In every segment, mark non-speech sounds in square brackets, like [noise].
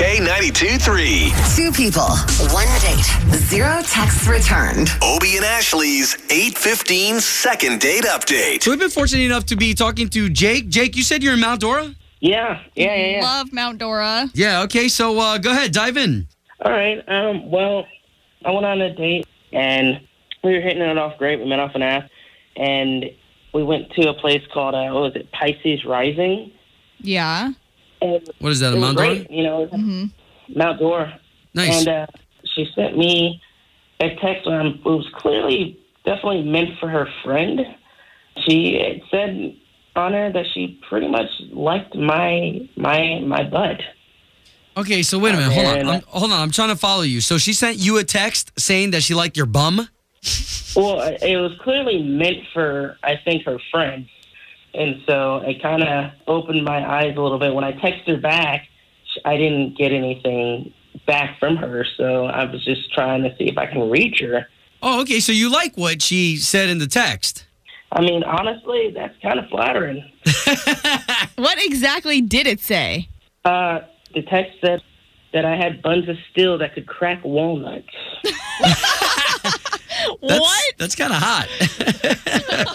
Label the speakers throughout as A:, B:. A: K92 3.
B: Two people, one date, zero texts returned.
A: Obie and Ashley's 815 second date update.
C: So we've been fortunate enough to be talking to Jake. Jake, you said you're in Mount Dora?
D: Yeah, yeah, yeah. yeah.
E: Love Mount Dora.
C: Yeah, okay. So uh, go ahead, dive in.
D: All right. Um, well, I went on a date and we were hitting it off great. We met off an app and we went to a place called uh, what was it, Pisces Rising.
E: Yeah.
D: And
C: What is that,
D: it
C: a
D: was
C: Mount Dora?
D: great, you know, it was Mount Dora.
C: Nice.
D: And uh, she sent me a text when it was clearly definitely meant for her friend. She it said on her that she pretty much liked my my my butt.
C: Okay, so wait a minute. Hold on.
D: And- uh,
C: I'm, hold on. I'm trying to follow you. So she sent you a text saying that she liked your bum?
D: Well, it was clearly meant for, I think, her friends. And so it kind of opened my eyes a little bit. When I texted her back, sh- I didn't get anything back from her. So I was just trying to see if I can reach her.
C: Oh, okay. So you like what she said in the text?
D: I mean, honestly, that's kind of flattering.
E: What exactly did it say?
D: Uh, the text said that I had buns of steel that could crack walnuts.
C: That's,
E: what?
C: That's kind of hot. [laughs]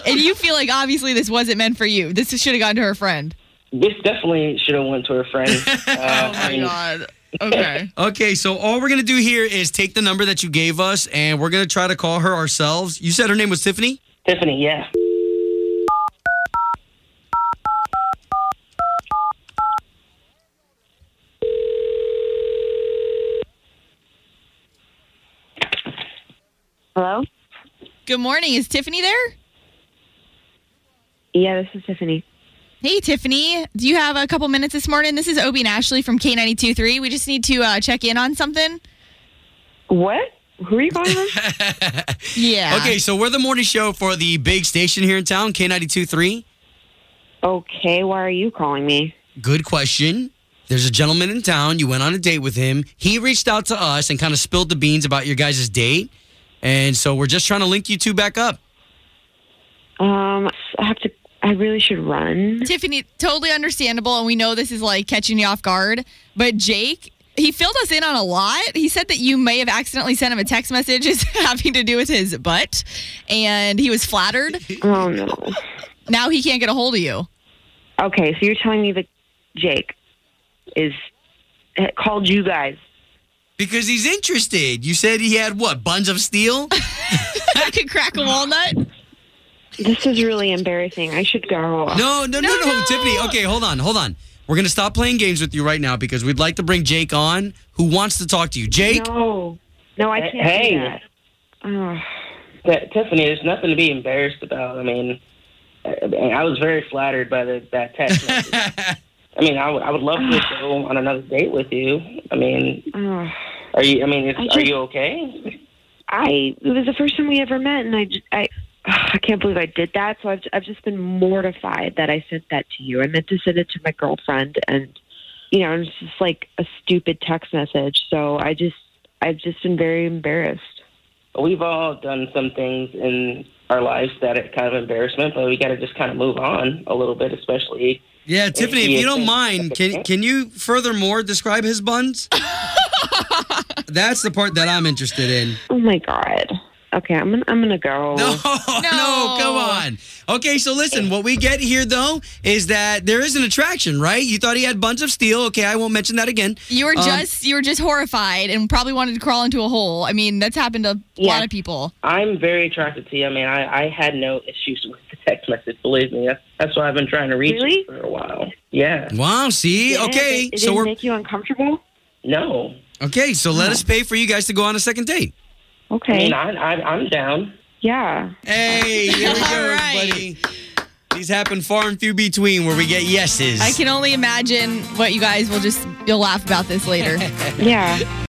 E: And you feel like obviously this wasn't meant for you. This should have gone to her friend.
D: This definitely should have went to her friend. Uh,
E: Oh
D: I
E: my
D: mean,
E: god. Okay.
C: okay, so all we're going to do here is take the number that you gave us and we're going to try to call her ourselves. You said her name was Tiffany? [laughs]
D: Tiffany, yeah.
F: Hello?
E: Good morning. Is Tiffany there?
F: Yeah, this is Tiffany.
E: Hey Tiffany, do you have a couple minutes this morning? This is Obie and Ashley from K92.3. We just need to uh, check in on something.
F: What? Who are you calling
D: [laughs]
F: from?
E: Yeah.
C: Okay, so we're the morning show for the big station here in town, K92.3.
F: okay, why are you calling me?
C: Good question. There's a gentleman in town. You went on a date with him. He reached out to us and kind of spilled the beans about your guys' date. And so we're just trying to link you two back up.
F: Um, I have to. I really should run.
E: Tiffany, totally understandable, and we know this is like catching you off guard. But Jake, he filled us in on a lot. He said that you may have accidentally sent him a text message [laughs] it's having to do with his butt, and he was flattered.
F: Oh no.
E: Now he can't get a hold of you. [laughs]
F: Okay, so you're telling me that Jake is eh, called you guys.
C: Because he's interested. You said he had what? Buns of steel?
E: I could crack a walnut.
F: This is really embarrassing. I should go.
C: No, no, no, no,
E: No, no.
C: Tiffany. Okay, hold on, hold on. We're gonna stop playing games with you right now because we'd like to bring Jake on, who wants to talk to you. Jake,
F: No. No, I
D: Hey-
F: can't
D: hey.
F: do that. Ugh.
D: That, Tiffany, there's nothing to be embarrassed about. I mean, I, I mean, I was very flattered by the, that
F: [laughs]
D: text message. I mean, I would I would love
F: [sighs]
D: to go on another date with you. I mean,
F: Ugh.
D: are you? I mean, is,
F: I
D: are
F: just-
D: you okay?
F: I it was the first time we ever met, and I j- I. [sighs] ugh, I can't believe I did that. So I've I've just been mortified that I sent that to you. I meant to send it to my girlfriend, and you know, it's just like a stupid text message. So I just I've just been very embarrassed.
D: We've all done some things in our lives that are kind of embarrassment, but we got to just kind of move on a little bit, especially.
C: [laughs] yeah, Tiffany, if
D: yeah,
C: you don't
D: Jake.
C: mind, can can you furthermore describe his buns? That's the part that I'm interested in.
F: Oh my god. Okay, I'm gonna I'm gonna go.
C: No, [laughs] no,
E: No.
C: come on. Okay, so listen, what we get here though is that there is an attraction, right? You thought he had buns of steel. Okay, I won't mention that again.
E: You were
C: Um,
E: just you were just horrified and probably wanted to crawl into a hole. I mean, that's happened to a lot
F: Yeah.
E: of people.
D: I'm very attracted to you. I mean, I, I had no issues [laughs] with the text message. Believe me, that's, that's why I've been trying to reach
F: Really?
D: you for a while. Yeah.
C: Wow, see?
F: Yeah,
C: okay.
F: It, it
C: so
F: didn't
C: we're
F: make you uncomfortable.
D: No.
C: Okay, so let us pay for you guys to go on a second date.
D: I
F: Okay.
D: mean, I, I, I'm down.
F: yeah.
C: Hey, here we go, [laughs]
E: All right.
C: everybody. These happen far and few between where we get yeses.
E: I can only imagine what you guys will just, you'll laugh about this later.
F: Yeah.